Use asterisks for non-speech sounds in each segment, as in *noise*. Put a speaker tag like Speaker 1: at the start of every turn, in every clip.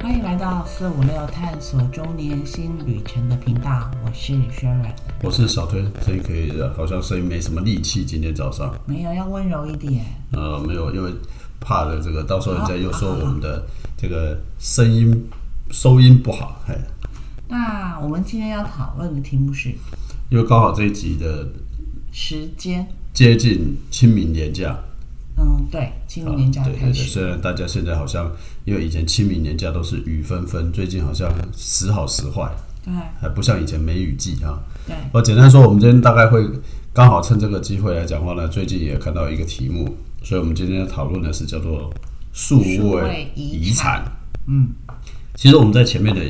Speaker 1: 欢迎来到四五六探索周年新旅程的频道，我是 Sharon。
Speaker 2: 我是小推，声音可以的，好像声音没什么力气，今天早上，
Speaker 1: 没有，要温柔一点。
Speaker 2: 呃，没有，因为怕了这个，到时候人家又说我们的这个声音收音不好，嘿，
Speaker 1: 那我们今天要讨论的题目是
Speaker 2: 因为刚好这一集的
Speaker 1: 时间。
Speaker 2: 接近清明年假，啊
Speaker 1: 嗯，对，清明年假
Speaker 2: 对
Speaker 1: 开
Speaker 2: 对对，
Speaker 1: 始，
Speaker 2: 虽然大家现在好像因为以前清明年假都是雨纷纷，最近好像时好时坏，
Speaker 1: 对
Speaker 2: 还不像以前梅雨季哈、
Speaker 1: 对，
Speaker 2: 我呃简单说，我们今天大概会刚好趁这个机会来讲话呢。最近也看到一个题目，所以我们今天讨论的是叫做数
Speaker 1: 数
Speaker 2: 位
Speaker 1: 位遗
Speaker 2: 遗产。
Speaker 1: 嗯，
Speaker 2: 其实我们在前面的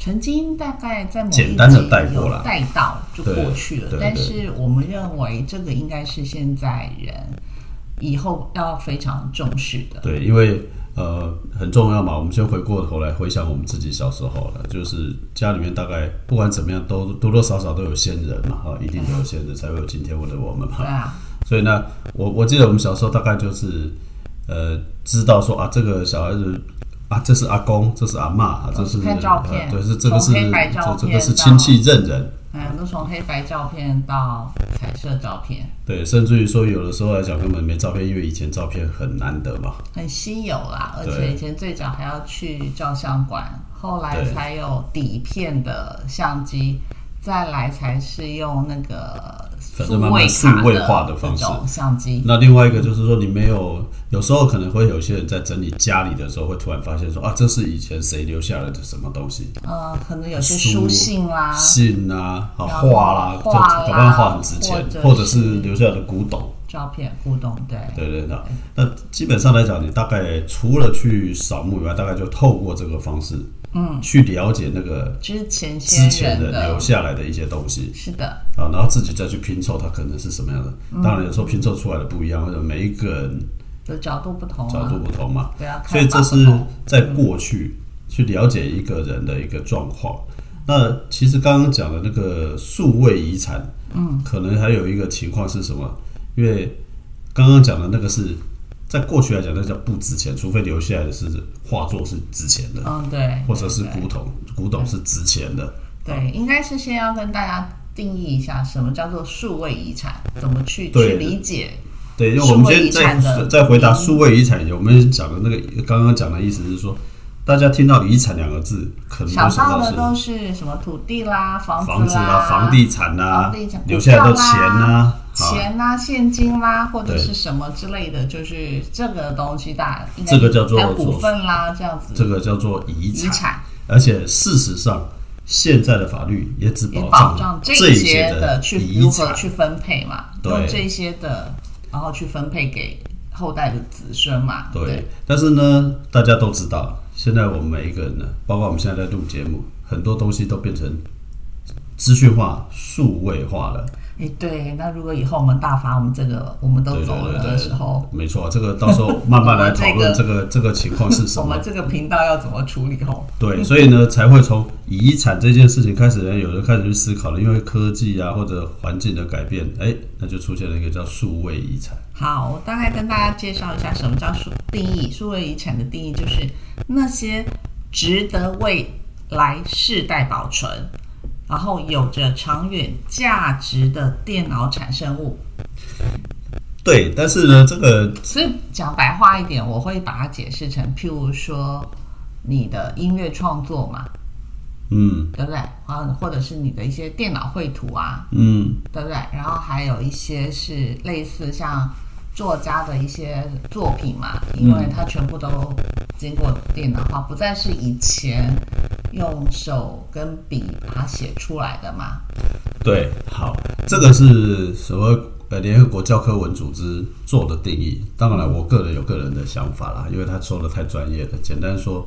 Speaker 1: 曾经大概在某一
Speaker 2: 简单地
Speaker 1: 集
Speaker 2: 带过
Speaker 1: 有
Speaker 2: 啦
Speaker 1: 带到就
Speaker 2: 对
Speaker 1: 过去了
Speaker 2: 对，对
Speaker 1: 但是我们认为这个应该是现在人以后要非常重视的。
Speaker 2: 对，因为呃很重要嘛，我们先回过头来回想我们自己小时候了，就是家里面大概不管怎么样，都多多少少都有先人嘛，哈，一定都有先人才会有今天的我们嘛
Speaker 1: 对。啊，
Speaker 2: 所以呢，我我记得我们小时候大概就是，呃，知道说啊，这个小孩子啊，这是阿公，这是阿嬷，啊这是
Speaker 1: 看哦照片
Speaker 2: 呃对，是这个是
Speaker 1: 从黑白照
Speaker 2: 这
Speaker 1: 片
Speaker 2: 这个是
Speaker 1: 到
Speaker 2: 亲戚认人，
Speaker 1: 嗯，都从黑白照片到彩色照片，
Speaker 2: 对，甚至于说有的时候来讲根本没照片，因为以前照片很难得嘛，
Speaker 1: 很稀有啦，而
Speaker 2: 对
Speaker 1: 且以前最早还要去照相馆，后来
Speaker 2: 对
Speaker 1: 才有底片的相机，再来才是用那个
Speaker 2: 反
Speaker 1: 数
Speaker 2: 正慢慢
Speaker 1: 位
Speaker 2: 数位化
Speaker 1: 的
Speaker 2: 的方式
Speaker 1: 这种相机，
Speaker 2: 那另外一个就是说，你没有，有时候可能会有些人在整理家里的时候，会突然发现说啊，这是以前谁留下来的什么东西，
Speaker 1: 呃，可能有些
Speaker 2: 书
Speaker 1: 书信啦，
Speaker 2: 信啊、啊
Speaker 1: 然后
Speaker 2: 画啦，
Speaker 1: 画啦
Speaker 2: 搞不好画很值钱
Speaker 1: 或者，
Speaker 2: 或者是
Speaker 1: 是
Speaker 2: 留下来的古董。
Speaker 1: 照片互动，对，
Speaker 2: 对对那那基本上来讲，你大概除了去扫墓以外，大概就透过这个方式，嗯，去了解那个
Speaker 1: 之前
Speaker 2: 之
Speaker 1: 先
Speaker 2: 前
Speaker 1: 人
Speaker 2: 的留
Speaker 1: 的，
Speaker 2: 下来的一些东西
Speaker 1: 是的，
Speaker 2: 啊，然后自己再去拼凑它可能是什么样的。当然有时候拼凑出来的不一样，或者每一个人
Speaker 1: 就角度不同
Speaker 2: 角
Speaker 1: 啊
Speaker 2: 度，不同嘛，
Speaker 1: 对啊，
Speaker 2: 所以
Speaker 1: 看法
Speaker 2: 这
Speaker 1: 不
Speaker 2: 是
Speaker 1: 同
Speaker 2: 在过去去了解一个人的一个状况。那其实刚刚讲的那个数位遗产，嗯，可能还有一个情况是什么？因为刚刚讲的那个是在过去来讲，那叫不值钱，除非留下来的是画作是值钱的，
Speaker 1: 嗯，对，
Speaker 2: 或者是
Speaker 1: 对
Speaker 2: 古董，古董是值钱的。
Speaker 1: 对，应该是先要跟大家定义一下什么叫做数位遗产，怎么去去
Speaker 2: 对
Speaker 1: 理解。
Speaker 2: 对，因为我们
Speaker 1: 数位
Speaker 2: 今天
Speaker 1: 遗产的嗯
Speaker 2: 在在回答数位遗产，我们讲的那个刚刚讲的意思是说，大家听到“遗产”两个字，可能
Speaker 1: 想
Speaker 2: 会想
Speaker 1: 到
Speaker 2: 到
Speaker 1: 的
Speaker 2: 是
Speaker 1: 都是什么土地啦、房
Speaker 2: 房子
Speaker 1: 啦、
Speaker 2: 啦、房地产啦
Speaker 1: 房地产、
Speaker 2: 留下来的钱啦、啊，
Speaker 1: 钱啦、现金啦，或者
Speaker 2: 对
Speaker 1: 是什么之类的，就是这个东西大，应该
Speaker 2: 这个叫做
Speaker 1: 还有股份啦，这样子。
Speaker 2: 这个叫做遗
Speaker 1: 遗
Speaker 2: 产。
Speaker 1: 产
Speaker 2: 而且事实上，现在的法律也只
Speaker 1: 也
Speaker 2: 保
Speaker 1: 保障这
Speaker 2: 哦这一
Speaker 1: 些
Speaker 2: 的
Speaker 1: 去
Speaker 2: 遗
Speaker 1: 如何
Speaker 2: 产。
Speaker 1: 去分配嘛，
Speaker 2: 对
Speaker 1: 用这些的，然后去分配给后代的子孙嘛。
Speaker 2: 对，但是呢，大家都知道，现在我们每一个人呢，包括我们现在在录节目，很多东西都变成资讯化、数位化了。
Speaker 1: 哎、对，那如果以后我们大发我们这个我们都
Speaker 2: 对
Speaker 1: 走
Speaker 2: 对
Speaker 1: 了
Speaker 2: 对
Speaker 1: 的
Speaker 2: 对
Speaker 1: 时候，
Speaker 2: 没错，这个到时候慢慢来讨
Speaker 1: 我们
Speaker 2: 论
Speaker 1: 这
Speaker 2: 这
Speaker 1: *laughs*
Speaker 2: 个这个情况是什
Speaker 1: 我
Speaker 2: 么
Speaker 1: 们。这个频道要怎么处理哦？
Speaker 2: 对，所以呢，才会从遗产这件事情开始，人有人开始去思考了，因为科技啊或者环境的改变，哎，那就出现了一个叫数位遗产。
Speaker 1: 好，我大概跟大家介绍一下什么叫数定义，数位遗产的定义就是那些值得未来世代保存，然后有着长远价值的电脑产生物。
Speaker 2: 对，但是呢，这个
Speaker 1: 所以讲白话一点，我会把它解释成，譬如说你的音乐创作嘛，
Speaker 2: 嗯
Speaker 1: 对不对？啊，或者是你的一些电脑绘图啊，
Speaker 2: 嗯，
Speaker 1: 对不对？然后还有一些是类似像作家的一些作品嘛，
Speaker 2: 嗯
Speaker 1: 因为它全部都经过电脑化，不再是以前用手跟笔把它写出来的嘛。
Speaker 2: 对，好，这个是所谓呃联合国教科文组织做的定义。当然了，我个人有个人的想法啦，因为他说的太专业了。简单说，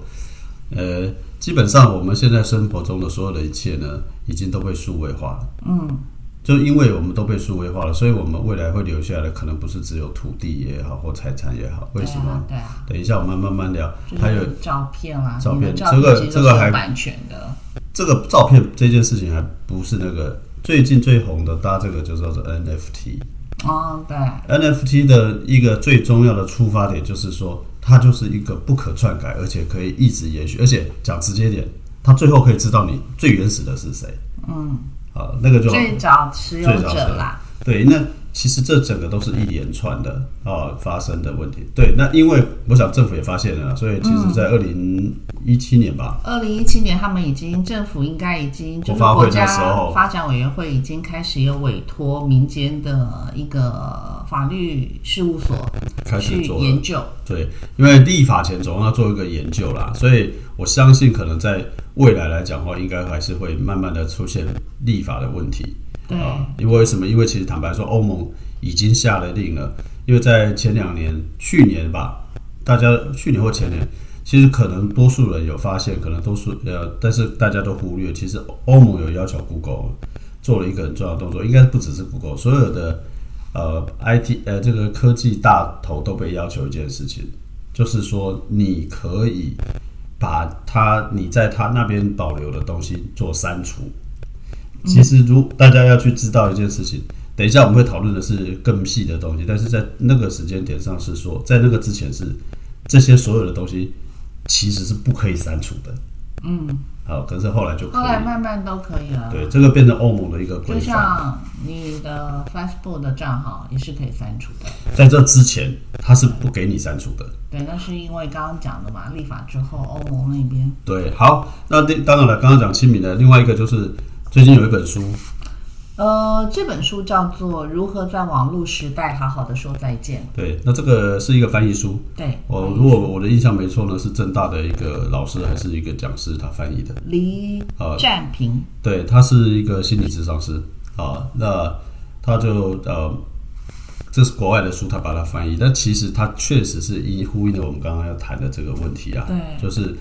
Speaker 2: 呃，基本上我们现在生活中的所有的一切呢，已经都被数位化了。嗯，就因为我们都被数位化了，所以我们未来会留下来的可能不是只有土地也好或财产也好。为什么？
Speaker 1: 对啊，
Speaker 2: 等一下我们慢慢聊。
Speaker 1: 对啊，
Speaker 2: 还有
Speaker 1: 就是照片啊，
Speaker 2: 照
Speaker 1: 你
Speaker 2: 片
Speaker 1: 的照
Speaker 2: 这个
Speaker 1: 其实
Speaker 2: 这个
Speaker 1: 是有
Speaker 2: 还
Speaker 1: 版权的，
Speaker 2: 这个照片这件事情还不是那个最近最红的，搭这个就叫做 NFT。
Speaker 1: 哦，对，
Speaker 2: NFT 的一个最重要的出发点就是说，它就是一个不可篡改，而且可以一直延续，而且讲直接一点，它最后可以知道你最原始的是谁。嗯，啊，那个就
Speaker 1: 最早持有
Speaker 2: 最早持有
Speaker 1: 者啦，
Speaker 2: 对，那其实这整个都是一连串的啊发生的问题。对，那因为我想政府也发现了啦，啊所以其
Speaker 1: 嗯
Speaker 2: 实在二零一七年吧，
Speaker 1: 二零一七年，他们已经政府应该已经就是
Speaker 2: 国发会
Speaker 1: 国
Speaker 2: 那
Speaker 1: 家
Speaker 2: 时候
Speaker 1: 发展委员会已经开始有委托民间的一个呃法律事务所
Speaker 2: 开始
Speaker 1: 去
Speaker 2: 做了
Speaker 1: 研究，
Speaker 2: 对，因为立法前总要做一个研究啦，所以我相信可能在未来来讲的话，应该还是会慢慢的出现立法的问题
Speaker 1: 对，
Speaker 2: 啊。因为什么？因为其实坦白说，欧盟已经下了令了，因为在前两年，去年吧，大家去年或前年。其实可能多数人有发现，可能多数呃，但是大家都忽略。其实欧盟有要求 Google 做了一个很重要的动作，应该不只是 Google，所有的呃 IT 呃这个科技大头都被要求一件事情，就是说你可以把它你在它那边保留的东西做删除。
Speaker 1: 嗯
Speaker 2: 其实如大家要去知道一件事情，等一下我们会讨论的是更细的东西，但是在那个时间点上是说，在那个之前是这些所有的东西其实是不可以删除的。嗯，好，可是后来就可
Speaker 1: 后来
Speaker 2: 以。
Speaker 1: 慢慢都可以了。
Speaker 2: 对，这个变成欧盟的一个规
Speaker 1: 就
Speaker 2: 范。
Speaker 1: 像你的 Facebook 的账号也是可以删除的，
Speaker 2: 在这之前，它是不给你删除的。
Speaker 1: 对，那是因为刚刚讲的嘛，立法之后哦欧盟那边
Speaker 2: 对，好，那第当然了，刚刚讲亲民的，另外一个就是最近有一本书，
Speaker 1: 呃，这本书叫做《如何在网络时代好好的说再见》。
Speaker 2: 对，那这个是一个翻译书，
Speaker 1: 对，
Speaker 2: 我、如果我的印象没错呢，是正大的一个老师还是一个讲师他翻译的，
Speaker 1: 黎
Speaker 2: 呃
Speaker 1: 占平，
Speaker 2: 对他是一个心理咨商师啊，那他就呃，这是国外的书，他把它翻译，但其实它确实是一呼应了我们刚刚要谈的这个问题啊，
Speaker 1: 对
Speaker 2: 就是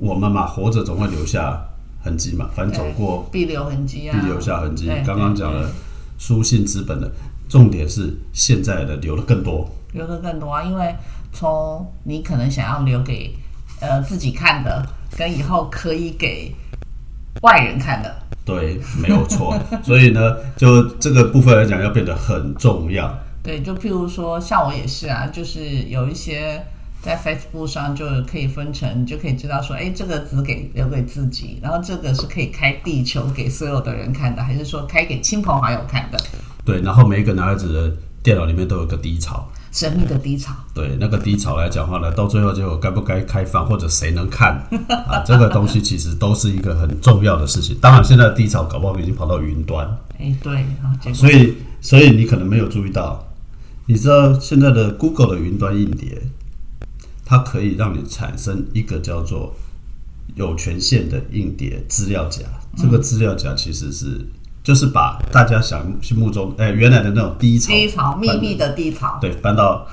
Speaker 2: 我们嘛活着总会留下痕迹嘛，凡走过
Speaker 1: 必留痕迹啊，
Speaker 2: 必留下痕迹
Speaker 1: 对。
Speaker 2: 刚刚讲了书信资本的重点是现在的留的更多，
Speaker 1: 留的更多啊，因为从你可能想要留给呃自己看的，跟以后可以给外人看的，
Speaker 2: 对，没有错。 *laughs* 所以呢，就这个部分来讲，要变得很重要。
Speaker 1: 对，就譬如说像我也是啊，就是有一些。在 Facebook 上就可以分成，你就可以知道说，哎，这个只给留给自己，然后这个是可以开地球给所有的人看的，还是说开给亲朋好友看的？
Speaker 2: 对，然后每一个男孩子的电脑里面都有个低潮，
Speaker 1: 神秘的低潮，
Speaker 2: 对，那个低潮来讲话呢，到最后结果该不该开放，或者谁能看 *laughs* 啊，这个东西其实都是一个很重要的事情。当然，现在的低潮搞不好已经跑到云端，
Speaker 1: 哎，对啊，结果
Speaker 2: 所以，所以你可能没有注意到，你知道现在的 Google 的云端硬碟，它可以让你产生一个叫做有权限的硬碟资料夹。这个资料夹其实是就是把大家想心目中哎、原来的那种低潮
Speaker 1: 低潮，秘
Speaker 2: 搬
Speaker 1: 密的低潮，
Speaker 2: 对搬到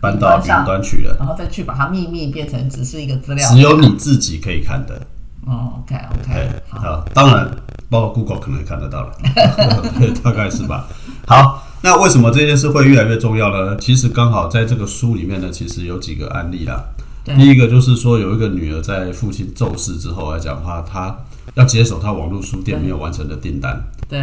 Speaker 2: 搬到
Speaker 1: 云端上
Speaker 2: 云端去了，
Speaker 1: 然后再去把它秘密变成只是一个资料。
Speaker 2: 只有你自己可以看的。
Speaker 1: 哦，OK
Speaker 2: 哎
Speaker 1: OK，，好，
Speaker 2: 好，当然，包括 Google 可能也看得到了， *laughs* 对，大概是吧。好，那为什么这件事会越来越重要呢？其实刚好在这个书里面呢，其实有几个案例啦。
Speaker 1: 对
Speaker 2: 第一个就是说，有一个女儿在父亲骤逝之后来啊讲的话，她要接手她网络书店没有完成的订单
Speaker 1: 对，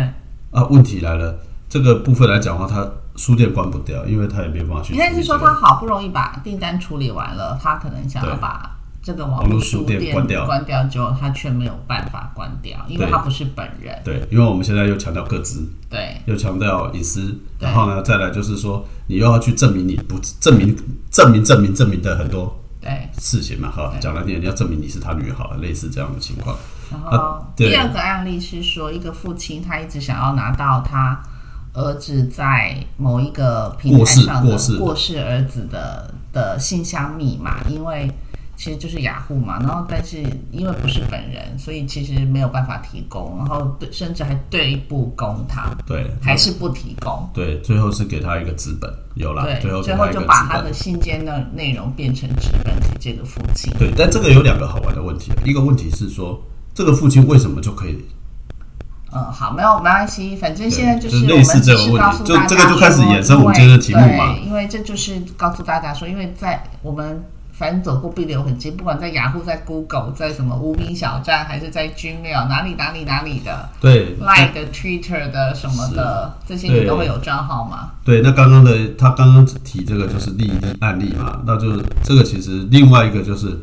Speaker 2: 啊。问题来了，这个部分来讲的话，她书店关不掉，因为她也没有办法去
Speaker 1: 应
Speaker 2: 处理这
Speaker 1: 该
Speaker 2: 个。
Speaker 1: 是说他好不容易把订单处理完了，他可能想要
Speaker 2: 对
Speaker 1: 把这个
Speaker 2: 网
Speaker 1: 网
Speaker 2: 络
Speaker 1: 络
Speaker 2: 书
Speaker 1: 书
Speaker 2: 店
Speaker 1: 店
Speaker 2: 关掉
Speaker 1: 关掉之后，他却没有办法关掉，因为
Speaker 2: 对
Speaker 1: 他不是本人。
Speaker 2: 对，因为我们现在又强调各自。
Speaker 1: 对
Speaker 2: 又强调隐私，
Speaker 1: 对
Speaker 2: 然后呢，再来就是说，你又要去证明你不证明证明证明证明的很多
Speaker 1: 对，
Speaker 2: 事情嘛，哈，讲难听点，你要证明你是他女儿好了，类似这样的情况，
Speaker 1: 然后
Speaker 2: 啊对
Speaker 1: 第二个案例是说，一个父亲他一直想要拿到他儿子在某一个平台上的
Speaker 2: 过世过世
Speaker 1: 儿子的的信箱密码，因为其实就是雅虎嘛，然后但是因为不是本人，所以其实没有办法提供，然后对甚至还对簿公堂，
Speaker 2: 对，
Speaker 1: 还是不提供。
Speaker 2: 对，最后是给他一个资本，有啦，
Speaker 1: 对，
Speaker 2: 后给
Speaker 1: 最
Speaker 2: 他
Speaker 1: 后
Speaker 2: 一个
Speaker 1: 就
Speaker 2: 资
Speaker 1: 把他
Speaker 2: 本
Speaker 1: 的。信件的内容变成纸本给这个父亲。
Speaker 2: 对，但这个有两个好玩的问题，一个问题是说，这个父亲为什么就可以？
Speaker 1: 嗯，好，没有没关系，反正现在是
Speaker 2: 对就是
Speaker 1: 我
Speaker 2: 类似
Speaker 1: 们只
Speaker 2: 这个
Speaker 1: 是
Speaker 2: 问
Speaker 1: 告
Speaker 2: 题
Speaker 1: 诉
Speaker 2: 就
Speaker 1: 大家
Speaker 2: 这个就开始
Speaker 1: 说
Speaker 2: 衍生我们今天的题目嘛
Speaker 1: 对因为这就是告诉大家说，因为在我们反正走过必留痕迹，不管在雅虎、在 Google、在什么无名小站，还是在 Gmail 哪里哪里哪里的
Speaker 2: 对
Speaker 1: Line 的、Twitter 的什么的，这些你都会有账号吗？
Speaker 2: 对，那刚刚的他刚刚提这个就是例例案例嘛，那就是这个其实另外一个就是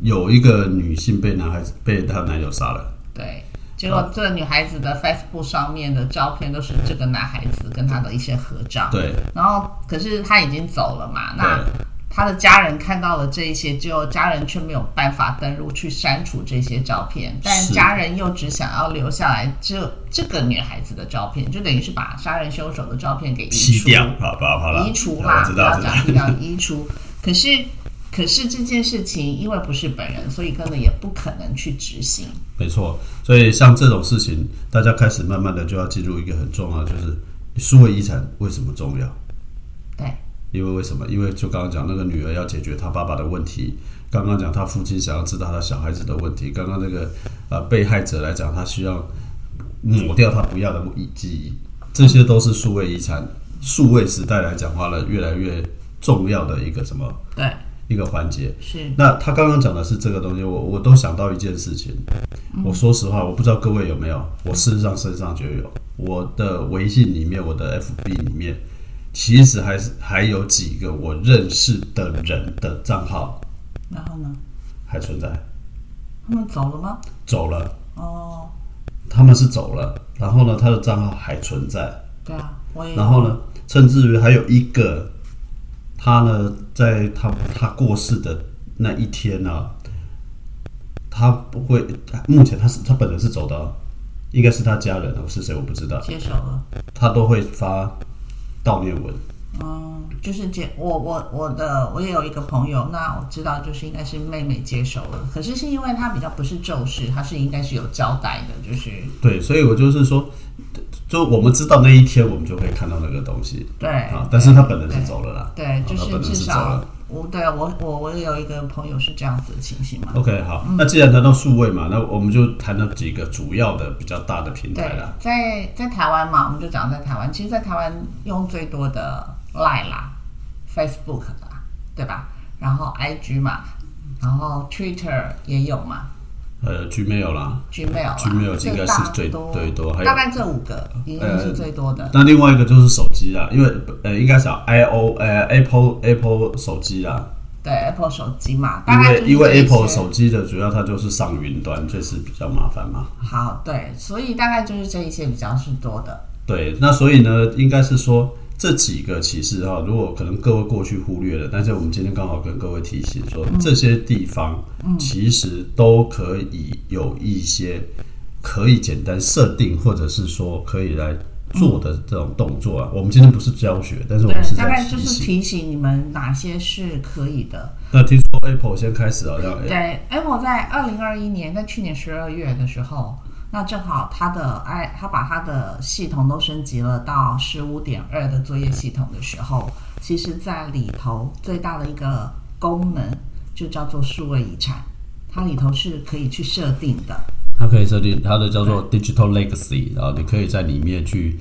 Speaker 2: 有一个女性被男孩子被她男友杀了，
Speaker 1: 对。结果这个女孩子的 Facebook 上面的照片都是这个男孩子跟她的一些合照，
Speaker 2: 对
Speaker 1: 然后可是他已经走了嘛，那
Speaker 2: 对
Speaker 1: 他的家人看到了这一些，就家人却没有办法登录去删除这些照片，但
Speaker 2: 是
Speaker 1: 家人又只想要留下来这这个女孩子的照片，就等于是把杀人凶手的照片给移
Speaker 2: 吸
Speaker 1: 除
Speaker 2: 掉，好吧，好了，
Speaker 1: 移除
Speaker 2: 好
Speaker 1: 啦，
Speaker 2: 我知
Speaker 1: 不
Speaker 2: 道
Speaker 1: 要
Speaker 2: 知道 *laughs*
Speaker 1: 讲，不要移除。可是可是这件事情因为不是本人，所以根本也不可能去执行。
Speaker 2: 没错，所以像这种事情，大家开始慢慢的就要进入一个很重要的，就是数位遗产为什么重要？
Speaker 1: 对，
Speaker 2: 因为为什么？因为就刚刚讲那个女儿要解决她爸爸的问题，刚刚讲她父亲想要知道她小孩子的问题，刚刚那个呃被害者来讲，他需要抹掉他不要的记忆，这些都是数位遗产、数位时代来讲话呢，越来越重要的一个什么
Speaker 1: 对，
Speaker 2: 一个环节。
Speaker 1: 是
Speaker 2: 那他刚刚讲的是这个东西，我我都想到一件事情。我说实话，我不知道各位有没有，我事实上身上就有。我的微信里面，我的 FB 里面，其实还是还有几个我认识的人的账号
Speaker 1: 然后呢？
Speaker 2: 还存在，
Speaker 1: 他们走了吗？
Speaker 2: 走了，
Speaker 1: 哦，
Speaker 2: 他们是走了，然后呢，他的账号还存在，
Speaker 1: 对啊，我也有
Speaker 2: 然后呢，甚至于还有一个，他呢，在他他过世的那一天呢、他不会，他目前他是他本人是走的哦，应该是他家人，啊是谁我不知道，
Speaker 1: 接手了。
Speaker 2: 他都会发悼念文，
Speaker 1: 嗯，就是接我我我的我也有一个朋友，那我知道就是应该是妹妹接手了，可是是因为她比较不是咒师，她是应该是有交代的，就是
Speaker 2: 对，所以我就是说，就我们知道那一天，我们就可以看到那个东西
Speaker 1: 对
Speaker 2: 啊，但是他本人是走了啦，
Speaker 1: 对，就
Speaker 2: 啊
Speaker 1: 是
Speaker 2: 他本人
Speaker 1: 至
Speaker 2: 是走
Speaker 1: 少
Speaker 2: 了。
Speaker 1: 我对我我我也有一个朋友是这样子的情形嘛，
Speaker 2: OK，好，
Speaker 1: 嗯
Speaker 2: 那既然谈到数位嘛，那我们就谈了几个主要的比较大的平
Speaker 1: 对
Speaker 2: 台啦。，
Speaker 1: 在在台湾嘛，我们就讲在台湾，其实，在台湾用最多的 Line 啦、Facebook 啦，对吧？然后 IG 嘛，然后 Twitter 也有嘛，
Speaker 2: 呃，Gmail 啦，
Speaker 1: Gmail 啦
Speaker 2: Gmail
Speaker 1: 这
Speaker 2: 应该是最
Speaker 1: 大多
Speaker 2: 最多还有
Speaker 1: 大概这五个已经是最多的。
Speaker 2: 那另外一个就是手机啦，因为呃，应该讲 i o 呃 Apple Apple 手机啦，
Speaker 1: 对 Apple 手机嘛，
Speaker 2: 呃因
Speaker 1: 大概
Speaker 2: 为
Speaker 1: 就是
Speaker 2: 因为
Speaker 1: 这些
Speaker 2: Apple 手机的主要它就是上云端，这是比较麻烦嘛。
Speaker 1: 好对，所以大概就是这一些比较是多的。
Speaker 2: 对，那所以呢，应该是说这几个其实哈、如果可能各位过去忽略了，但是我们今天刚好跟各位提醒说，这些地方
Speaker 1: 嗯
Speaker 2: 其实都可以有一些可以简单设定，或者是说可以来做的这种动作啊。我们今天不是教学，但是我
Speaker 1: 对
Speaker 2: 们是，
Speaker 1: 大
Speaker 2: 在
Speaker 1: 概
Speaker 2: 提
Speaker 1: 就是
Speaker 2: 醒。
Speaker 1: 提醒你们哪些是可以的。
Speaker 2: 那听说 Apple 先开始好像
Speaker 1: 对，Apple 在二零二一年，在去年十二月的时候，那正好它的 i 它把它的系统都升级了到十五点二的作业系统的时候，其实在里头最大的一个功能就叫做数位遗产，它里头是可以去设定的。
Speaker 2: 它可以设定它的叫做 digital legacy，然后你可以在里面去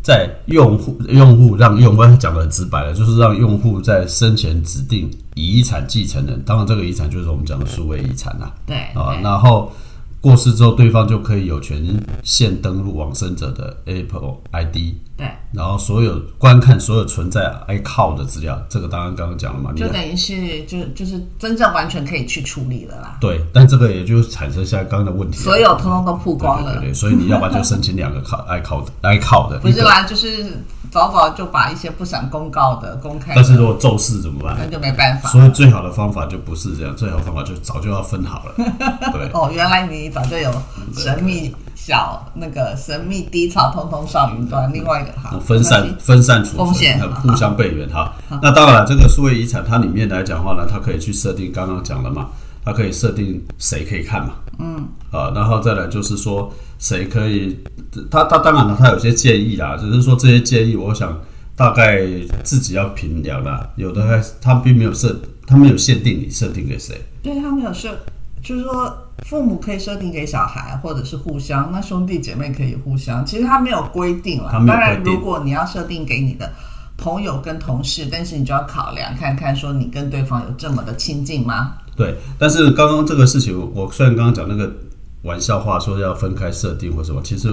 Speaker 2: 在用户用户让用户讲的很直白了，就是让用户在生前指定遗产继承人，当然这个遗产就是我们讲的数位遗产啦
Speaker 1: 对
Speaker 2: 啊，
Speaker 1: 对
Speaker 2: 然后过世之后，对方就可以有权限登录往生者的 Apple ID。
Speaker 1: 对，
Speaker 2: 然后所有观看所有存在 iCloud 的资料，这个当然刚刚讲了嘛，你
Speaker 1: 就等于是就就是真正完全可以去处理了啦，
Speaker 2: 对，但这个也就产生下刚刚的问题了，
Speaker 1: 所有通通都曝光了
Speaker 2: 对对，对对，所以你要不然就申请两个靠 iCloud iCloud
Speaker 1: 不
Speaker 2: 的，一
Speaker 1: 是
Speaker 2: 个，
Speaker 1: 啦，就是早早就把一些不想公告的公开的，
Speaker 2: 但是如果咒事怎么
Speaker 1: 那
Speaker 2: 办？
Speaker 1: 就没办法。
Speaker 2: 所以最好的方法就不是这样，最好的方法就早就要分好了，对。
Speaker 1: 哦，原来你早就有神秘小那个神秘低潮，通通上云端。另外一个好
Speaker 2: 哦分散
Speaker 1: 没关系
Speaker 2: 分散储
Speaker 1: 风
Speaker 2: 存
Speaker 1: 险，
Speaker 2: 呃互相备援哈。那当然了，这个数位遗产它里面来讲的话呢，它可以去设定刚刚讲的嘛，它可以设定谁可以看嘛，嗯，啊，然后再来就是说谁可以，它它当然了，它有些建议啦，只是说这些建议，我想大概自己要评量啦，有的还它并没有设，它没有限定你设定给谁，
Speaker 1: 对他们有设，就是说父母可以设定给小孩，或者是互相，那兄弟姐妹可以互相。其实他没有规定了
Speaker 2: 他，没有
Speaker 1: 当然
Speaker 2: 规定
Speaker 1: 如果你要设定给你的朋友跟同事，但是你就要考量看看，说你跟对方有这么的亲近吗？
Speaker 2: 对，但是刚刚这个事情，我虽然刚刚讲那个玩笑话说要分开设定或什么，其实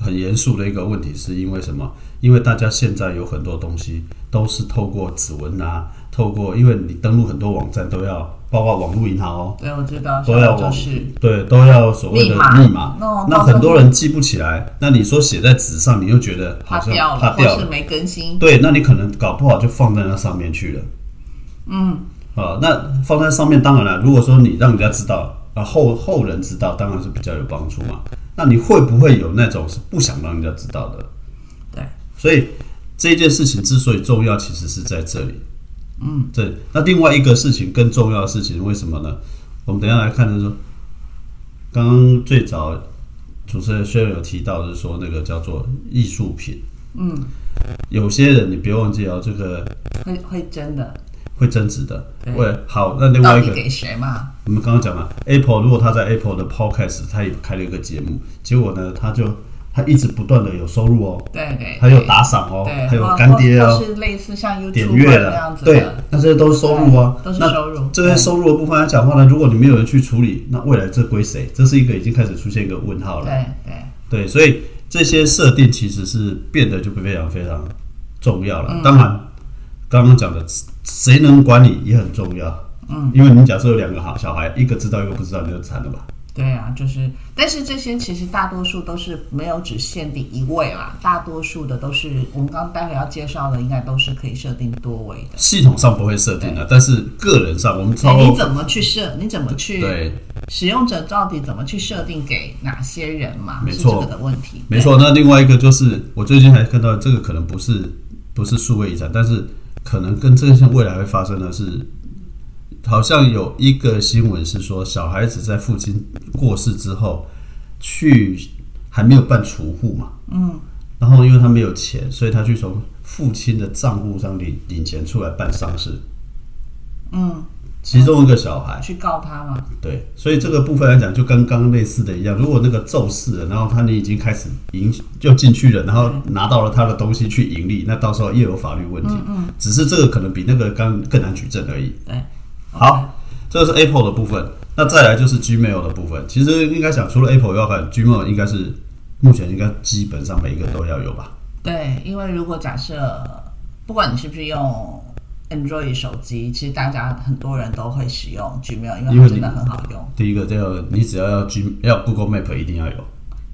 Speaker 2: 很严肃的一个问题，是因为什么？因为大家现在有很多东西都是透过指纹啊，透过因为你登录很多网站都要，包括网络银行哦，
Speaker 1: 对，我知道，
Speaker 2: 都要
Speaker 1: 就
Speaker 2: 网
Speaker 1: 是
Speaker 2: 对，都要所谓的
Speaker 1: 密码哦
Speaker 2: 密码
Speaker 1: 那。
Speaker 2: 那很多人记不起来，那你说写在纸上，你又觉得好
Speaker 1: 怕
Speaker 2: 像
Speaker 1: 掉
Speaker 2: 怕
Speaker 1: 了，或
Speaker 2: 掉
Speaker 1: 是没更新，
Speaker 2: 对，那你可能搞不好就放在那上面去了。嗯，啊，那放在上面当然了，如果说你让人家知道，啊后后人知道，当然是比较有帮助嘛。那你会不会有那种是不想让人家知道的？
Speaker 1: 对，
Speaker 2: 所以这件事情之所以重要，其实是在这里。嗯，这那另外一个事情更重要的事情，为什么呢？我们等一下来看的时候，刚刚最早主持人虽然有提到，是说那个叫做艺术品。有些人你别忘记哦，这个
Speaker 1: 会会真的
Speaker 2: 会增值的。
Speaker 1: 对
Speaker 2: 喂，好，那另
Speaker 1: 到
Speaker 2: 外一
Speaker 1: 底
Speaker 2: 个，
Speaker 1: 给谁嘛？
Speaker 2: 我们刚刚讲了，Apple 如果他在 Apple 的 Podcast，他也开了一个节目，结果呢，他就他一直不断的有收入哦，
Speaker 1: 对对，
Speaker 2: 还有
Speaker 1: 对
Speaker 2: 打赏哦，
Speaker 1: 对，哦
Speaker 2: 还有
Speaker 1: 或
Speaker 2: 干爹
Speaker 1: 或
Speaker 2: 哦，
Speaker 1: 或是类似像 YouTube
Speaker 2: 点阅
Speaker 1: 那
Speaker 2: 了
Speaker 1: 样，子
Speaker 2: 对
Speaker 1: 的，，
Speaker 2: 那这些都是收入啊
Speaker 1: 对。都是
Speaker 2: 那
Speaker 1: 收入。嗯
Speaker 2: 这些收入的部分来讲话呢，如果你没有人去处理，那未来这归谁？这是一个已经开始出现一个问号
Speaker 1: 对
Speaker 2: 了。
Speaker 1: 对对，
Speaker 2: 对，所以这些设定其实是变得就非常非常重要了。当然，刚刚讲的谁能管理也很重要。嗯，因为你假设有两个好小孩，一个知道一个不知道，你就惨了吧？
Speaker 1: 对啊，就是，但是这些其实大多数都是没有只限定一位啦，大多数的都是我们刚待会要介绍的，应该都是可以设定多位的。
Speaker 2: 系统上不会设定的，但是个人上我们
Speaker 1: 哎
Speaker 2: 超
Speaker 1: 你怎么去设？你怎么去
Speaker 2: 哦对，
Speaker 1: 使用者到底怎么去设定给哪些人嘛？
Speaker 2: 没
Speaker 1: 是
Speaker 2: 错
Speaker 1: 这个的问题。
Speaker 2: 没错。那另外一个就是，我最近还看到这个可能不是不是数位遗产，但是可能跟这项未来会发生的是，好像有一个新闻是说，小孩子在父亲过世之后，去还没有办储户嘛，嗯，然后因为他没有钱，所以他去从父亲的账户上领领钱出来办丧事，
Speaker 1: 嗯，
Speaker 2: 其中一个小孩。
Speaker 1: 去告他嘛？
Speaker 2: 对，所以这个部分来讲，就跟刚刚类似的一样，如果那个咒士了，然后他你已经开始赢就进去了，然后拿到了他的东西去盈利，那到时候又有法律问题。嗯哎只是这个可能比那个刚更难举证而已。
Speaker 1: 对。
Speaker 2: 好，这个是 Apple 的部分，那再来就是 Gmail 的部分。其实应该讲，除了 Apple 以外，Gmail 应该是目前应该基本上每一个都要有吧？
Speaker 1: 对，因为如果假设，不管你是不是用 Android 手机，其实大家很多人都会使用 Gmail，因
Speaker 2: 因
Speaker 1: 为它
Speaker 2: 为
Speaker 1: 真
Speaker 2: 你
Speaker 1: 的很好用。
Speaker 2: 第一个叫你只要要 G 要 Google Map 一定要有。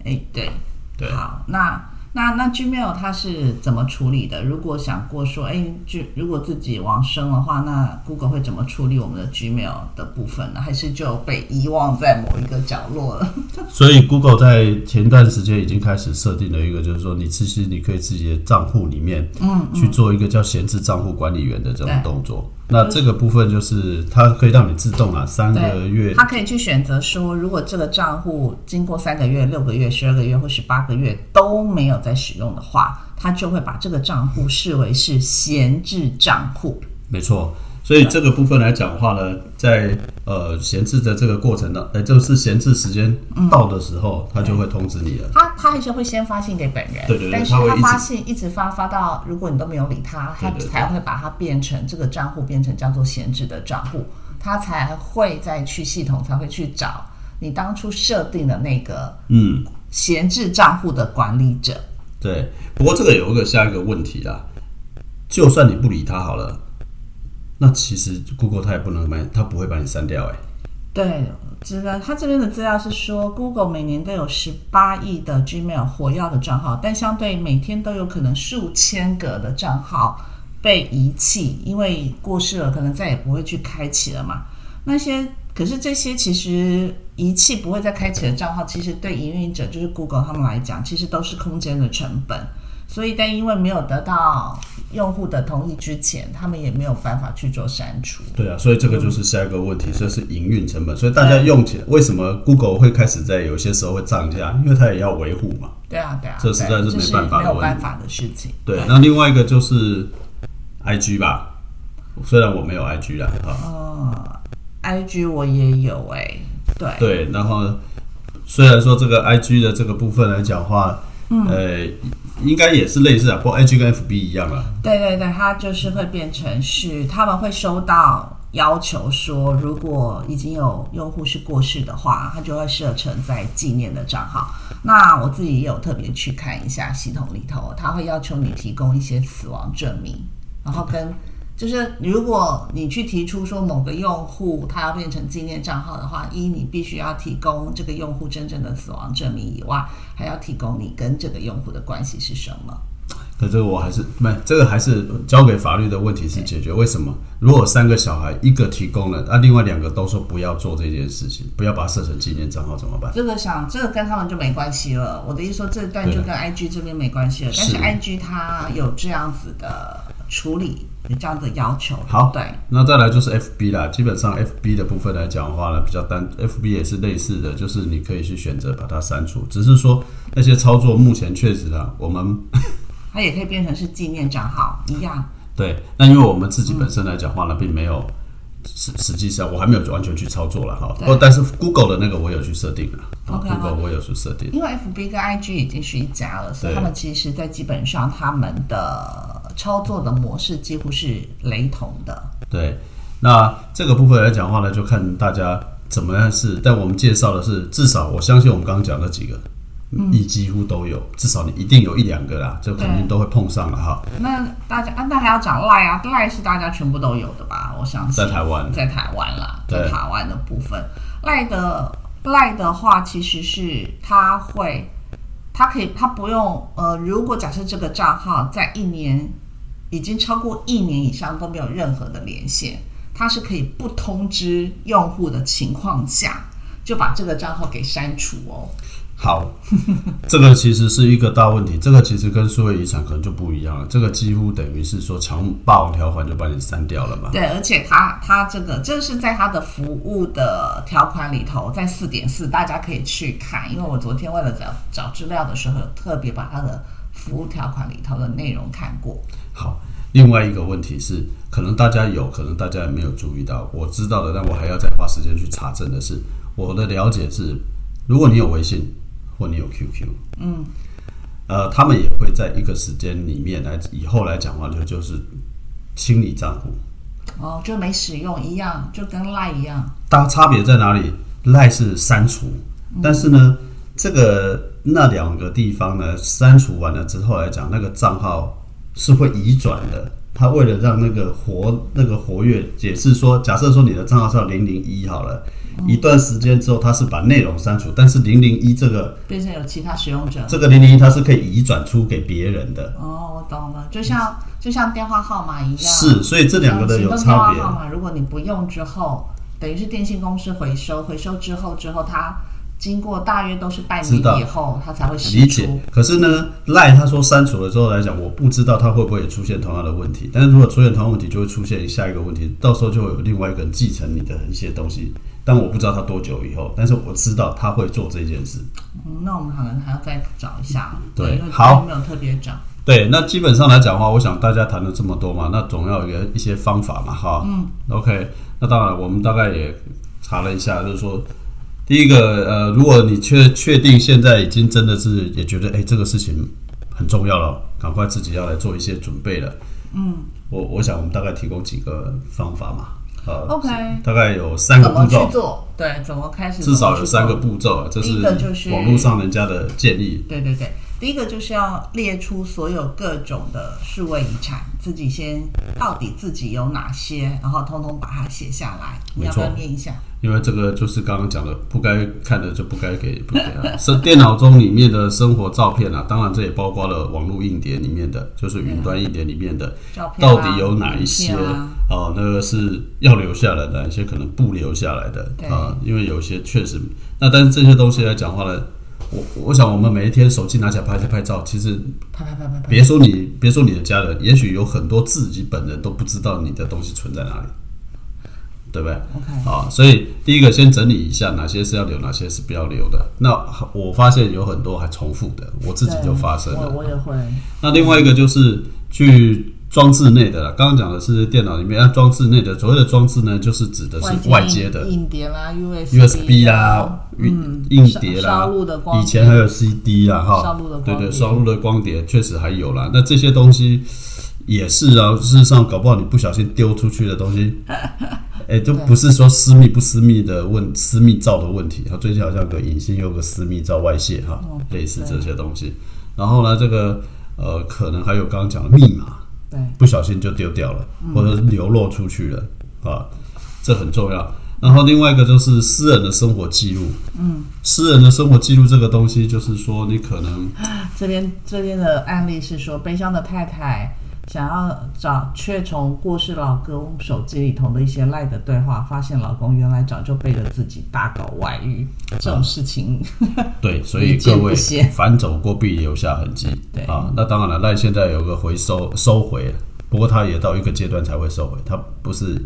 Speaker 1: 哎，对，
Speaker 2: 对
Speaker 1: 好，那那那 Gmail 它是怎么处理的？如果想过说，哎，就如果自己往生的话，那 Google 会怎么处理我们的 Gmail 的部分呢？还是就被遗忘在某一个角落了？
Speaker 2: 所以 Google 在前段时间已经开始设定了一个，就是说你其实你可以自己的账户里面，嗯，去做一个叫闲置账户管理员的这种
Speaker 1: 对
Speaker 2: 动作。那这个部分就是它可以让你自动啊，三个月
Speaker 1: 他可以去选择说，如果这个账户经过三个月、六个月、十二个月或十八个月都没有在使用的话，他就会把这个账户视为是闲置账户。
Speaker 2: 没错，所以这个部分来讲的话呢，在呃闲置的这个过程呢，呃，就是闲置时间到的时候，它就会通知你了。
Speaker 1: 他他还是会先发信给本人，
Speaker 2: 对对对
Speaker 1: 但是
Speaker 2: 他会
Speaker 1: 他
Speaker 2: 一直
Speaker 1: 发信一直发发到，如果你都没有理他，他
Speaker 2: 对对对
Speaker 1: 才会把它变成这个账户变成叫做闲置的账户，他才会再去系统才会去找你当初设定的那个
Speaker 2: 嗯，
Speaker 1: 闲置账户的管理者。
Speaker 2: 对。不过这个有一个下一个问题啦，就算你不理它好了，那其实 Google 它也不能把你它不会把你删掉哎、
Speaker 1: 对，这个他这边的资料是说，Google 每年都有十八亿的 Gmail 火药的账号，但相对每天都有可能数千个的账号被遗弃，因为过世了，可能再也不会去开启了嘛。那些可是这些其实遗弃不会再开启的账号，其实对营运者就是 Google 他们来讲，其实都是空间的成本。所以，但因为没有得到用户的同意之前，他们也没有办法去做删除。
Speaker 2: 对啊，所以这个就是下一个问题，这是营运成本。所以大家用起来，为什么 Google 会开始在有些时候会涨价？因为它也要维护嘛。
Speaker 1: 对啊，对啊，
Speaker 2: 这实在
Speaker 1: 对
Speaker 2: 是
Speaker 1: 这
Speaker 2: 没
Speaker 1: 是
Speaker 2: 办法的
Speaker 1: 没有
Speaker 2: 问
Speaker 1: 办
Speaker 2: 题
Speaker 1: 法的事情。
Speaker 2: 对，那另外一个就是 IG 吧，虽然我没有 IG 啦，啊，
Speaker 1: ，IG 我也有哎、对
Speaker 2: 对，然后虽然说这个 IG 的这个部分来讲话，呃，应该也是类似啊，不过 IG 跟 FB 一样啊。
Speaker 1: 对对对，它就是会变成是他们会收到要求说，如果已经有用户是过世的话，它就会设成在纪念的账号。那我自己也有特别去看一下系统里头，它会要求你提供一些死亡证明，然后跟就是如果你去提出说某个用户他要变成纪念账号的话，一你必须要提供这个用户真正的死亡证明以外，还要提供你跟这个用户的关系是什么。
Speaker 2: 可这个我还是没，这个还是交给法律的问题是解决。为什么？如果有三个小孩一个提供了，那、另外两个都说不要做这件事情，不要把它设成纪念账号怎么办？
Speaker 1: 这个想，这个跟他们就没关系了。我的意思说，这段就跟 IG 这边没关系了。但是
Speaker 2: 是
Speaker 1: IG 它有这样子的处理，有这样的要求。
Speaker 2: 好
Speaker 1: 对，
Speaker 2: 那再来就是 FB 啦，基本上 FB 的部分来讲的话呢，比较单，FB 也是类似的，就是你可以去选择把它删除，只是说那些操作目前确实啊，我们
Speaker 1: 它也可以变成是纪念账号一样。
Speaker 2: 对，那因为我们自己本身来讲话呢，并没有实实际上我还没有完全去操作了哈，不
Speaker 1: 对
Speaker 2: 过但是 Google 的那个我有去设定了啊
Speaker 1: OK，
Speaker 2: ，Google 我有去设定，
Speaker 1: 因为 FB 跟 IG 已经是一家了，所以
Speaker 2: 对
Speaker 1: 他们其实在基本上他们的操作的模式几乎是雷同的。
Speaker 2: 对，那这个部分来讲的话呢，就看大家怎么样是，但我们介绍的是，至少我相信我们刚刚讲的几个，你几乎都有，至少你一定有一两个啦，这肯定
Speaker 1: 对
Speaker 2: 都会碰上了哈，
Speaker 1: 那大家啊，那还要讲赖啊，赖是大家全部都有的吧？我相信
Speaker 2: 在台湾
Speaker 1: 在台湾啦，
Speaker 2: 对
Speaker 1: 在台湾的部分，赖的赖的话，其实是它会，它可以，它不用呃，如果假设这个账号在一年已经超过一年以上都没有任何的连线，它是可以不通知用户的情况下。就把这个账号给删除哦。
Speaker 2: 好， *laughs* 这个其实是一个大问题，这个其实跟数位遗产可能就不一样了，这个几乎等于是说强霸王条款就把你删掉了嘛。
Speaker 1: 对，而且它它这个这是在它的服务的条款里头，在四点四，大家可以去看，因为我昨天为了找找资料的时候，有特别把它的服务条款里头的内容看过。
Speaker 2: 好，另外一个问题是，可能大家有，可能大家也没有注意到，我知道的，但我还要再花时间去查证的是，我的了解是，如果你有微信或你有 QQ，嗯，呃，他们也会在一个时间里面来，以后来讲的话就就是清理账户，
Speaker 1: 哦，就没使用一样，就跟赖一样。
Speaker 2: 大差别在哪里？赖是删除，但是呢，这个那两个地方呢，删除完了之后来讲，那个账号是会移转的。他为了让那个活那个活跃，解释说，假设说你的账号是零零一好了，一段时间之后，他是把内容删除，但是零零一这个
Speaker 1: 变成有其他使用者。
Speaker 2: 这个零零一它是可以移转出给别人的，
Speaker 1: 哦，我懂了，就像就像电话号码一样，
Speaker 2: 嗯是，所以这两个的有差
Speaker 1: 行动电
Speaker 2: 别
Speaker 1: 话。号码如果你不用之后，等于是电信公司回收，回收之后之后，它经过大约都是半
Speaker 2: 知道
Speaker 1: 年以后，它才会
Speaker 2: 理
Speaker 1: 释
Speaker 2: 解
Speaker 1: 出。。
Speaker 2: 可是呢，赖他说删除了之后来讲，我不知道他会不会也出现同样的问题。但是如果出现同样问题，就会出现下一个问题，到时候就会有另外一个人继承你的一些东西。但我不知道他多久以后，但是我知道他会做这件事。
Speaker 1: 嗯，那我们可能还要再找一下。
Speaker 2: 嗯对
Speaker 1: 因为
Speaker 2: 好
Speaker 1: 没有特别找。
Speaker 2: 对，那基本上来讲的话，我想大家谈了这么多嘛，那总要有一个一些方法嘛，哈。嗯。OK，那当然，我们大概也查了一下，就是说，第一个，呃，如果你确确定现在已经真的是也觉得，哎，这个事情很重要了，赶快自己要来做一些准备了。嗯。我我想我们大概提供几个方法嘛，呃
Speaker 1: OK，
Speaker 2: 大概有三个
Speaker 1: 哦怎么
Speaker 2: 步
Speaker 1: 去
Speaker 2: 骤，
Speaker 1: 做？对，怎么开始？
Speaker 2: 至少有三
Speaker 1: 怎么去做
Speaker 2: 个步骤啊，这
Speaker 1: 第一个就是
Speaker 2: 网络上人家的建议。
Speaker 1: 对对对，第一个就是要列出所有各种的数位遗产，自己先到底自己有哪些，然后通通把它写下来。你
Speaker 2: 没
Speaker 1: 要不
Speaker 2: 错
Speaker 1: 要念一下？
Speaker 2: 因为这个就是刚刚讲的，不该看的就不该给，不给啊。 *laughs* 是电脑中里面的生活照片啊，当然这也包括了网络硬碟里面的，就是云端硬碟里面的，
Speaker 1: 照片、啊、
Speaker 2: 到底有哪一些
Speaker 1: 影片啊？
Speaker 2: 哦，那个是要留下来的，哪一些可能不留下来的
Speaker 1: 对
Speaker 2: 啊、因为有些确实，那但是这些东西来讲话呢，我我想我们每一天手机拿起来拍拍照，其实
Speaker 1: 拍拍拍拍拍。
Speaker 2: 别说你别说你的家人，也许有很多自己本人都不知道你的东西存在哪里，对不对？
Speaker 1: OK，
Speaker 2: 啊，所以第一个先整理一下哪些是要留，哪些是不要留的。那我发现有很多还重复的，我自己就发生
Speaker 1: 对
Speaker 2: 了。
Speaker 1: 我我也会。
Speaker 2: 那另外一个就是去装置内的啦，刚刚讲的是电脑里面，那装置内的所谓的装置呢，就是指的是外接的
Speaker 1: 硬碟啦，USB
Speaker 2: USB 啊、硬
Speaker 1: 嗯，
Speaker 2: 硬碟
Speaker 1: 烧烧
Speaker 2: 啦
Speaker 1: 录的光，碟
Speaker 2: 以前还有 CD 啊，哈，
Speaker 1: 烧录的光碟
Speaker 2: 对对，烧录的光碟确实还有啦。那这些东西也是啊，事实上搞不好你不小心丢出去的东西，
Speaker 1: *laughs*
Speaker 2: 哎，就不是说私密不私密的问私密照的问题。哈，最近好像有个隐性有个私密照外泄哈，
Speaker 1: 哦
Speaker 2: 类似这些东西。然后呢，这个呃，可能还有刚刚讲的密码。
Speaker 1: 对，
Speaker 2: 不小心就丢掉了，或者是流落出去了、啊，这很重要。然后另外一个就是私人的生活记录，嗯，私人的生活记录这个东西，就是说你可能
Speaker 1: 这边这边的案例是说，悲伤的太太想要找，却从过世老公手机里头的一些赖的对话，发现老公原来早就背着自己大搞外遇，这种事情，
Speaker 2: 对，所以
Speaker 1: 屡啊见
Speaker 2: 各
Speaker 1: 不
Speaker 2: 位
Speaker 1: 鲜
Speaker 2: 反走过必留下痕迹
Speaker 1: 对
Speaker 2: 啊。那当然了，赖现在有个回收收回，不过它也到一个阶段才会收回，它不是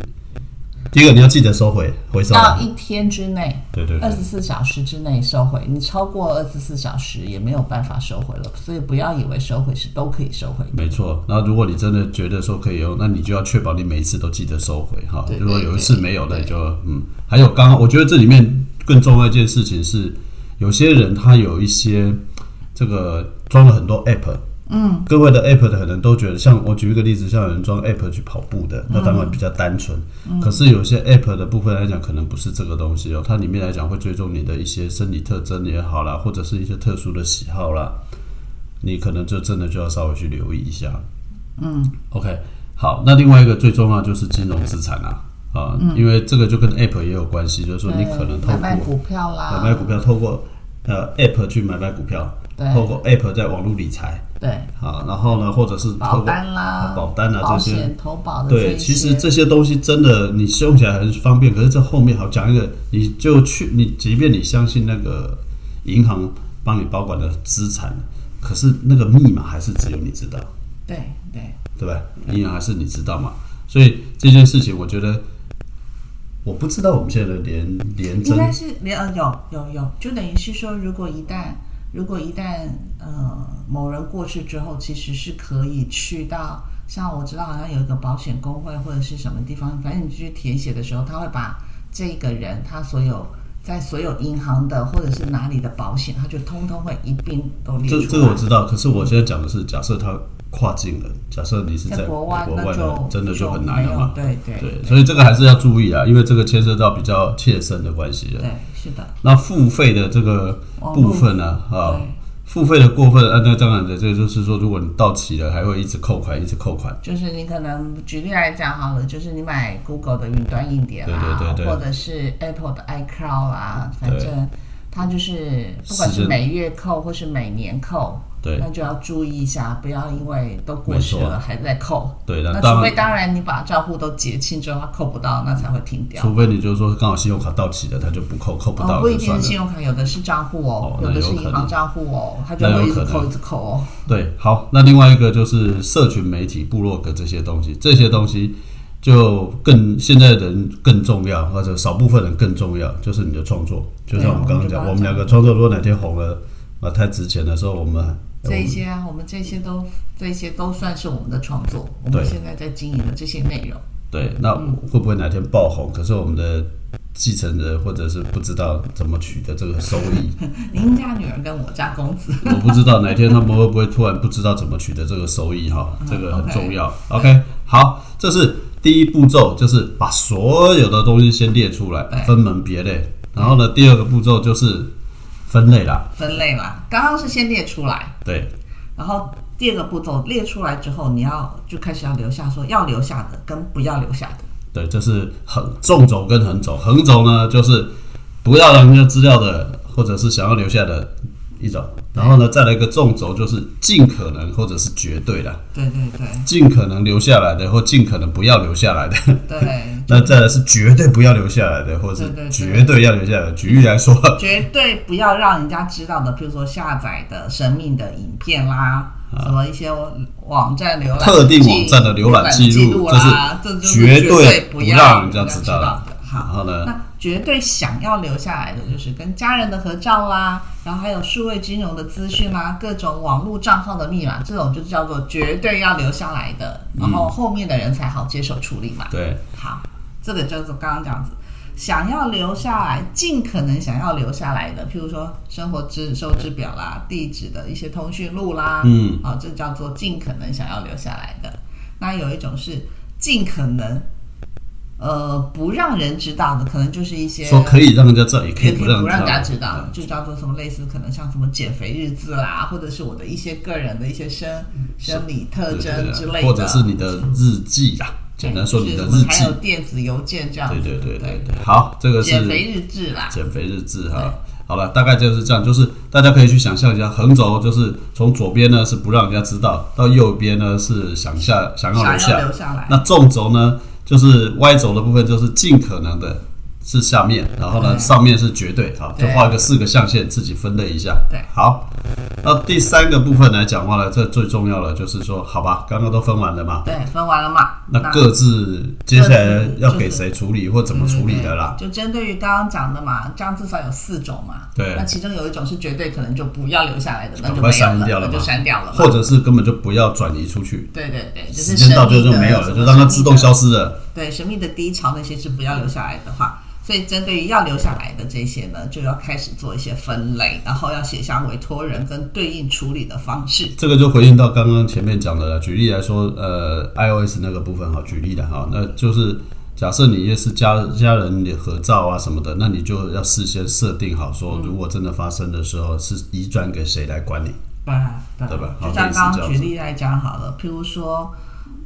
Speaker 2: 第一个你要记得收回回收啊，
Speaker 1: 到一天之内，
Speaker 2: 对对对
Speaker 1: 哦二十四小时之内收回，你超过二十四小时也没有办法收回了，所以不要以为收回是都可以收回的。
Speaker 2: 没错，那如果你真的觉得说可以哦用，那你就要确保你每一次都记得收回哈
Speaker 1: 对。
Speaker 2: 如果有一次没有，那
Speaker 1: 对
Speaker 2: 你就嗯。还有刚刚，我觉得这里面更重要一件事情是，有些人他有一些这个装了很多 app，嗯，各位的 app 的可能都觉得，像我举一个例子，像有人装 app 去跑步的，
Speaker 1: 嗯
Speaker 2: 那当然比较单纯。可是有些 app 的部分来讲，可能不是这个东西哦，它里面来讲会追踪你的一些生理特征也好啦，或者是一些特殊的喜好啦。你可能就真的就要稍微去留意一下。嗯，OK，好，那另外一个最重要就是金融资产啊，啊，因为这个就跟 App 也有关系，就是说你可能透
Speaker 1: 嗯买卖
Speaker 2: 过
Speaker 1: 股票啦，
Speaker 2: 买卖股票，透过呃 App 去买卖股票，
Speaker 1: 对
Speaker 2: 透过 App 在网络理财，
Speaker 1: 对，
Speaker 2: 啊，然后呢，或者是
Speaker 1: 保
Speaker 2: 透过
Speaker 1: 单啦，
Speaker 2: 保单啊
Speaker 1: 保
Speaker 2: 这些
Speaker 1: 险投保的
Speaker 2: 对，
Speaker 1: 一
Speaker 2: 其实
Speaker 1: 些
Speaker 2: 这些东西真的你使用起来很方便，可是这后面好讲一个，你就去你，即便你相信那个银行帮你保管的资产，可是那个密码还是只有你知道。
Speaker 1: 对对
Speaker 2: 对吧？
Speaker 1: 嗯
Speaker 2: 银行还是你知道嘛？所以这件事情，我觉得我不知道我们现在的连连
Speaker 1: 应
Speaker 2: 真
Speaker 1: 该是连呃有有有，就等于是说，如果一旦如果一旦呃某人过世之后，其实是可以去到像我知道好像有一个保险公会或者是什么地方，反正你去填写的时候，他会把这个人他所有在所有银行的或者是哪里的保险，他就通通会一并都列出
Speaker 2: 这
Speaker 1: 来。
Speaker 2: 这个我知道，可是我现在讲的是，假设他跨境了，假设你是
Speaker 1: 在国
Speaker 2: 国
Speaker 1: 外
Speaker 2: 国
Speaker 1: 那
Speaker 2: 外的
Speaker 1: 就，
Speaker 2: 真的就很难
Speaker 1: 没
Speaker 2: 了
Speaker 1: 有
Speaker 2: 嘛。
Speaker 1: 对对
Speaker 2: 对，所以这个还是要注意啊，因为这个牵涉到比较切身的关系了。
Speaker 1: 对，是的，
Speaker 2: 那付费的这个部分呢，啊
Speaker 1: 哦对，
Speaker 2: 付费的过分，啊，那当然的，这个就是说，如果你到期了，还会一直扣款，一直扣款。
Speaker 1: 就是你可能举例来讲好了，就是你买 Google 的云端硬碟啦，
Speaker 2: 对对对对
Speaker 1: 或者是 Apple 的 iCloud 啦，反正它就是不管
Speaker 2: 是
Speaker 1: 是
Speaker 2: 的
Speaker 1: 每月扣或是每年扣，
Speaker 2: 对
Speaker 1: 那就要注意一下，不要因为都过时
Speaker 2: 没
Speaker 1: 了还在扣。
Speaker 2: 对，
Speaker 1: 那
Speaker 2: 当
Speaker 1: 除
Speaker 2: 然
Speaker 1: 非当然你把账户都结清之后，它扣不到，那才会停掉。
Speaker 2: 除非你就说刚好信用卡到期了，他就不扣，扣不
Speaker 1: 哦，
Speaker 2: 到
Speaker 1: 不一
Speaker 2: 就
Speaker 1: 定
Speaker 2: 算
Speaker 1: 是
Speaker 2: 了。
Speaker 1: 信用卡，有的是账户哦，
Speaker 2: 哦那
Speaker 1: 的
Speaker 2: 有
Speaker 1: 是
Speaker 2: 可
Speaker 1: 银行
Speaker 2: 能
Speaker 1: 账户哦，它就
Speaker 2: 那
Speaker 1: 会
Speaker 2: 有
Speaker 1: 一直
Speaker 2: 可能
Speaker 1: 扣一直扣哦。
Speaker 2: 对，好，那另外一个就是社群媒体、部落格这些东西，这些东西就更现在的人更重要，或者少部分人更重要，就是你的创作。就像我们刚刚讲，
Speaker 1: 对
Speaker 2: 我
Speaker 1: 我
Speaker 2: 们
Speaker 1: 们就刚刚讲
Speaker 2: 两个创作，如果哪天红了啊，太值钱的时候，我们我
Speaker 1: 这
Speaker 2: 们
Speaker 1: 些啊，我们这些都这些都算是我们的创作，我们
Speaker 2: 对
Speaker 1: 现在在经营的这些内容。
Speaker 2: 对，那会不会哪天爆红？可是我们的继承人或者是不知道怎么取得这个收益， *laughs*
Speaker 1: 您家女儿跟我家公子，
Speaker 2: 我不知道哪天他们会不会突然不知道怎么取得这个收益哈，这个很重要。OK，好，这是第一步骤，就是把所有的东西先列出来，分门别类。然后呢，第二个步骤就是分类啦，
Speaker 1: 分类啦。刚刚是先列出来，
Speaker 2: 对，
Speaker 1: 然后第二个步骤列出来之后，你要就开始要留下说要留下的跟不要留下的。
Speaker 2: 对，这是横纵轴跟横轴。横轴呢，就是不要让人家知道的，或者是想要留下的一种。然后呢，再来一个纵轴，就是尽可能或者是绝对的，
Speaker 1: 对对对
Speaker 2: 尽可能留下来的，或尽可能不要留下来的。 *laughs*
Speaker 1: 对，
Speaker 2: 那再来是绝对不要留下来的，或者
Speaker 1: 对对
Speaker 2: 是
Speaker 1: 对
Speaker 2: 绝对要留下来的。举例来说，
Speaker 1: 绝对不要让人家知道的，比如说下载的神秘的影片啦。什么一些网站浏览记
Speaker 2: 啊特定网站的浏览记录
Speaker 1: 浏览记录啦，这
Speaker 2: 这
Speaker 1: 就是是绝
Speaker 2: 绝对
Speaker 1: 不
Speaker 2: 不
Speaker 1: 人
Speaker 2: 让人
Speaker 1: 家
Speaker 2: 家
Speaker 1: 知
Speaker 2: 知
Speaker 1: 道
Speaker 2: 道
Speaker 1: 的
Speaker 2: 的。
Speaker 1: 好
Speaker 2: 然，后呢，
Speaker 1: 那绝对想要留下来的，就是跟家人的合照啦，然后还有数位金融的资讯啦，各种网络账号的密码，这种就叫做绝对要留下来的，然后后面的人才好接手处理嘛。
Speaker 2: 对，
Speaker 1: 好，这个就是刚刚讲子，想要留下来，尽可能想要留下来的，譬如说生活支收支表啦、地址的一些通讯录啦，
Speaker 2: 嗯，
Speaker 1: 哦，这叫做尽可能想要留下来的。那有一种是尽可能，呃，不让人知道的，可能就是一些
Speaker 2: 说可以让人家知道，也可以
Speaker 1: 也可以
Speaker 2: 让
Speaker 1: 不让大家知
Speaker 2: 道嗯
Speaker 1: 道，就叫做什么类似可能像什么减肥日志啦，或者是我的一些个人的一些生生理特
Speaker 2: 嗯对对对
Speaker 1: 征
Speaker 2: 对
Speaker 1: 之类的，哎
Speaker 2: 或者是你的日记啦，简单说你的
Speaker 1: 就是
Speaker 2: 日
Speaker 1: 我们嗯还
Speaker 2: 记
Speaker 1: 有，电子邮件这样
Speaker 2: 对
Speaker 1: 子，
Speaker 2: 对对对对，好，这个是
Speaker 1: 减肥日志啦，
Speaker 2: 减肥日志哈。好了，大概就是这样，就是大家可以去想象一下，横轴就是从左边呢是不让人家知道，到右边呢是想下想要留
Speaker 1: 想要
Speaker 2: 下，
Speaker 1: 留下来，
Speaker 2: 那纵轴呢就是 Y 轴的部分就是尽可能的是下面，然后呢
Speaker 1: 对
Speaker 2: 上面是绝对，好，就
Speaker 1: 对
Speaker 2: 画一个四个象限，自己分类一下。
Speaker 1: 对，
Speaker 2: 好，那第三个部分来讲话呢，这最重要的就是说，好吧，刚刚都分完了嘛，
Speaker 1: 对，分完了嘛，
Speaker 2: 那各自接下来要给谁处理或
Speaker 1: 那
Speaker 2: 怎么处理的
Speaker 1: 嗯
Speaker 2: 啦？？
Speaker 1: 对对对就针对于刚刚讲的嘛，这样至少有四种嘛，
Speaker 2: 对
Speaker 1: 那其中有一种是绝对可能就不要留下来的，那
Speaker 2: 赶
Speaker 1: 就
Speaker 2: 快
Speaker 1: 没有
Speaker 2: 删掉了
Speaker 1: 那
Speaker 2: 嘛
Speaker 1: 就删掉了嘛，
Speaker 2: 或者是根本就不要转移出去，
Speaker 1: 对对对，就是
Speaker 2: 时间到就
Speaker 1: 神秘
Speaker 2: 就
Speaker 1: 的
Speaker 2: 没有
Speaker 1: 什
Speaker 2: 了，
Speaker 1: 么
Speaker 2: 就让它
Speaker 1: 神秘
Speaker 2: 自
Speaker 1: 的
Speaker 2: 动消失了。
Speaker 1: 对，神秘的低潮那些是不要留下来的话，所以针对于要留下来的这些呢，就要开始做一些分类，然后要写下委托人跟对应处理的方式。
Speaker 2: 这个就回应到刚刚前面讲的了。举例来说，呃，iOS 那个部分哈，举例的哈，那就是假设你也是家家人的合照啊什么的，那你就要事先设定好，说如果真的发生的时候，是移转给谁来管理？
Speaker 1: 对
Speaker 2: 对吧好
Speaker 1: 就像
Speaker 2: 类似
Speaker 1: 刚刚
Speaker 2: 这样
Speaker 1: 举
Speaker 2: 子
Speaker 1: 例来讲好了，譬如说，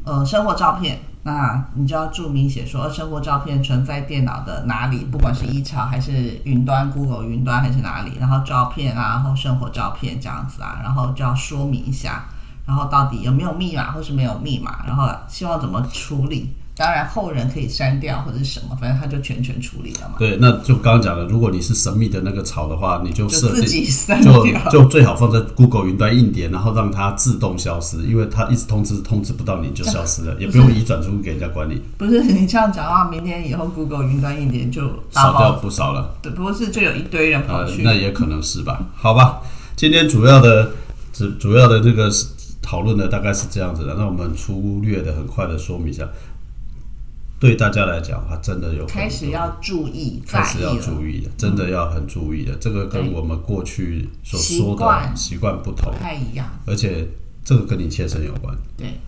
Speaker 1: 呃，生活照片，那你就要注明写说呃生活照片存在电脑的哪里，不管是一潮还是云端，Google 云端还是哪里，然后照片啊，然后生活照片这样子啊，然后就要说明一下，然后到底有没有密码或是没有密码，然后希望怎么处理。当然，后人可以删掉或者是什么，反正他就全权处理了嘛，
Speaker 2: 对，那就刚刚讲的，如果你是神秘的那个草的话，你就
Speaker 1: 就
Speaker 2: 设
Speaker 1: 自
Speaker 2: 定
Speaker 1: 己删 *laughs*
Speaker 2: 就
Speaker 1: 掉。
Speaker 2: 就最好放在 Google 云端硬碟，然后让它自动消失，因为它一直通知通知不到你就消失了，也不用移转出去给人家管理，
Speaker 1: 不是你这样讲的话，明年以后 Google 云端硬碟就大
Speaker 2: 少
Speaker 1: 爆
Speaker 2: 掉不少了。
Speaker 1: 对，不是就有一堆人跑
Speaker 2: 呃，
Speaker 1: 去，
Speaker 2: 那也可能是吧。好吧，今天主要的主主要的这个是讨论的大概是这样子的，那我们粗略的很快的说明一下，对大家来讲，它真的有很
Speaker 1: 开始
Speaker 2: 多
Speaker 1: 要注意在
Speaker 2: 开始
Speaker 1: 意
Speaker 2: 要
Speaker 1: 了。
Speaker 2: 注意的，真的要很注意的。这个跟我们过去所说
Speaker 1: 习
Speaker 2: 的
Speaker 1: 惯
Speaker 2: 习惯不同
Speaker 1: 不，太一样，
Speaker 2: 而且这个跟你切身有关。
Speaker 1: 对，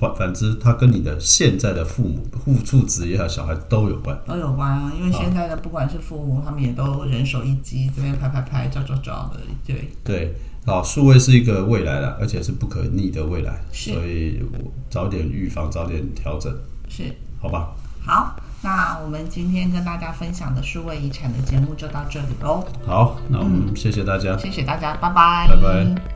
Speaker 2: 反反之，它跟你的现在的父母、父父子也好，小孩都有关。
Speaker 1: 都有关啊。因为现在的不管是父母，他们也都人手一机，这边拍拍拍，照照照的，对，
Speaker 2: 对，好，数位是一个未来了，而且是不可逆的未来，
Speaker 1: 是
Speaker 2: 所以我早点预防，早点调整，
Speaker 1: 是
Speaker 2: 好吧？
Speaker 1: 好。那我们今天跟大家分享的数位遗产的节目就到这里喽，
Speaker 2: 好，那我们谢谢大家。
Speaker 1: 谢谢大家，拜拜，
Speaker 2: 拜拜。